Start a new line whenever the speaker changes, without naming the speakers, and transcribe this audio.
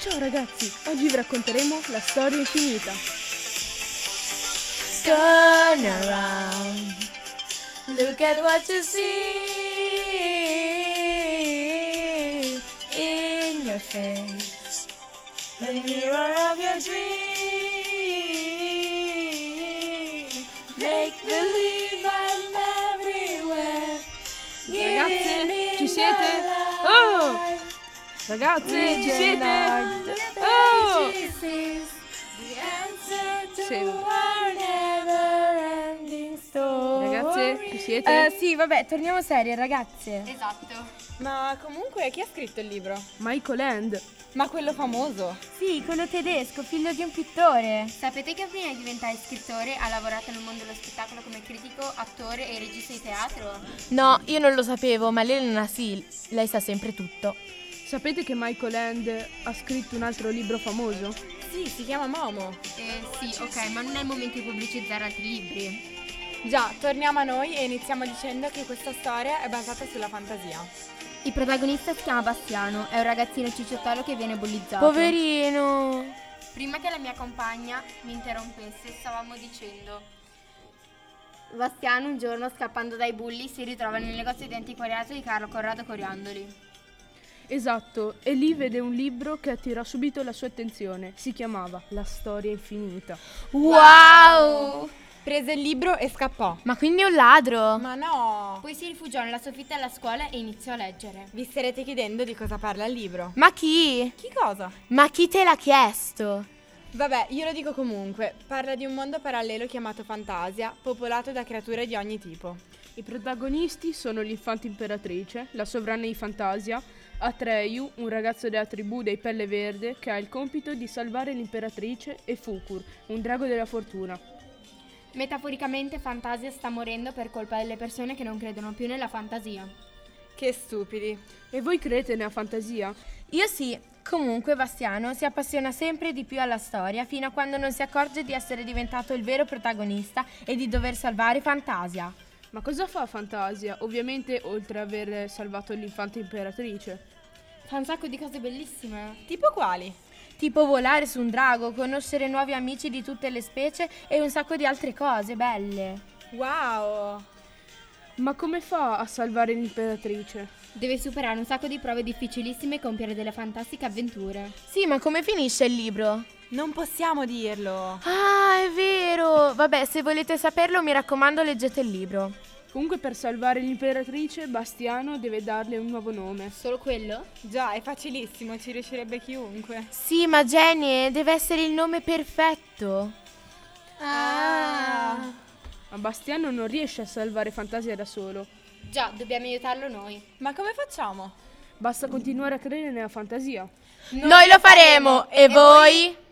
Ciao ragazzi, oggi vi racconteremo la storia infinita.
Turn around. Look at what you see in your face. The mirror of your dream. Make believe I'm everywhere. Give
Ragazze,
me
ci siete? Oh!
my life.
Ragazzi, ci siete?
Oh!
Oh! Sì.
Oh!
Ragazze, ci siete?
Eh, sì, vabbè, torniamo serie, ragazze.
Esatto.
Ma comunque chi ha scritto il libro?
Michael End.
Ma quello famoso?
Sì, quello tedesco, figlio di un pittore.
Sapete che prima di diventare scrittore ha lavorato nel mondo dello spettacolo come critico, attore e regista di teatro?
No, io non lo sapevo, ma Elena sì, lei sa sempre tutto.
Sapete che Michael End ha scritto un altro libro famoso?
Sì, si chiama Momo.
Eh sì, ok, ma non è il momento di pubblicizzare altri libri.
Già, torniamo a noi e iniziamo dicendo che questa storia è basata sulla fantasia.
Il protagonista si chiama Bastiano, è un ragazzino cicciottello che viene bullizzato.
Poverino.
Prima che la mia compagna mi interrompesse, stavamo dicendo. Bastiano un giorno scappando dai bulli si ritrova nel negozio di antiquariato di Carlo Corrado Coriandoli.
Esatto, e lì vede un libro che attira subito la sua attenzione. Si chiamava La storia infinita.
Wow!
Prese il libro e scappò.
Ma quindi è un ladro.
Ma no!
Poi si rifugiò nella soffitta della scuola e iniziò a leggere.
Vi starete chiedendo di cosa parla il libro.
Ma chi?
Chi cosa?
Ma chi te l'ha chiesto?
Vabbè, io lo dico comunque. Parla di un mondo parallelo chiamato Fantasia, popolato da creature di ogni tipo.
I protagonisti sono l'infante imperatrice, la sovrana di Fantasia, Atreyu, un ragazzo della tribù dei Pelle Verde che ha il compito di salvare l'imperatrice, e Fukur, un drago della fortuna.
Metaforicamente Fantasia sta morendo per colpa delle persone che non credono più nella fantasia.
Che stupidi.
E voi credete nella fantasia?
Io sì. Comunque Bastiano si appassiona sempre di più alla storia fino a quando non si accorge di essere diventato il vero protagonista e di dover salvare Fantasia.
Ma cosa fa Fantasia? Ovviamente oltre ad aver salvato l'infante imperatrice.
Fa un sacco di cose bellissime.
Tipo quali?
Tipo volare su un drago, conoscere nuovi amici di tutte le specie e un sacco di altre cose belle.
Wow!
Ma come fa a salvare l'imperatrice?
Deve superare un sacco di prove difficilissime e compiere delle fantastiche avventure.
Sì, ma come finisce il libro?
Non possiamo dirlo.
Ah, è vero! Vabbè, se volete saperlo, mi raccomando, leggete il libro.
Comunque per salvare l'imperatrice Bastiano deve darle un nuovo nome.
Solo quello?
Già, è facilissimo, ci riuscirebbe chiunque.
Sì, ma Jenny, deve essere il nome perfetto.
Ah!
Ma Bastiano non riesce a salvare Fantasia da solo.
Già, dobbiamo aiutarlo noi.
Ma come facciamo?
Basta continuare a credere nella fantasia.
Noi lo faremo, e voi?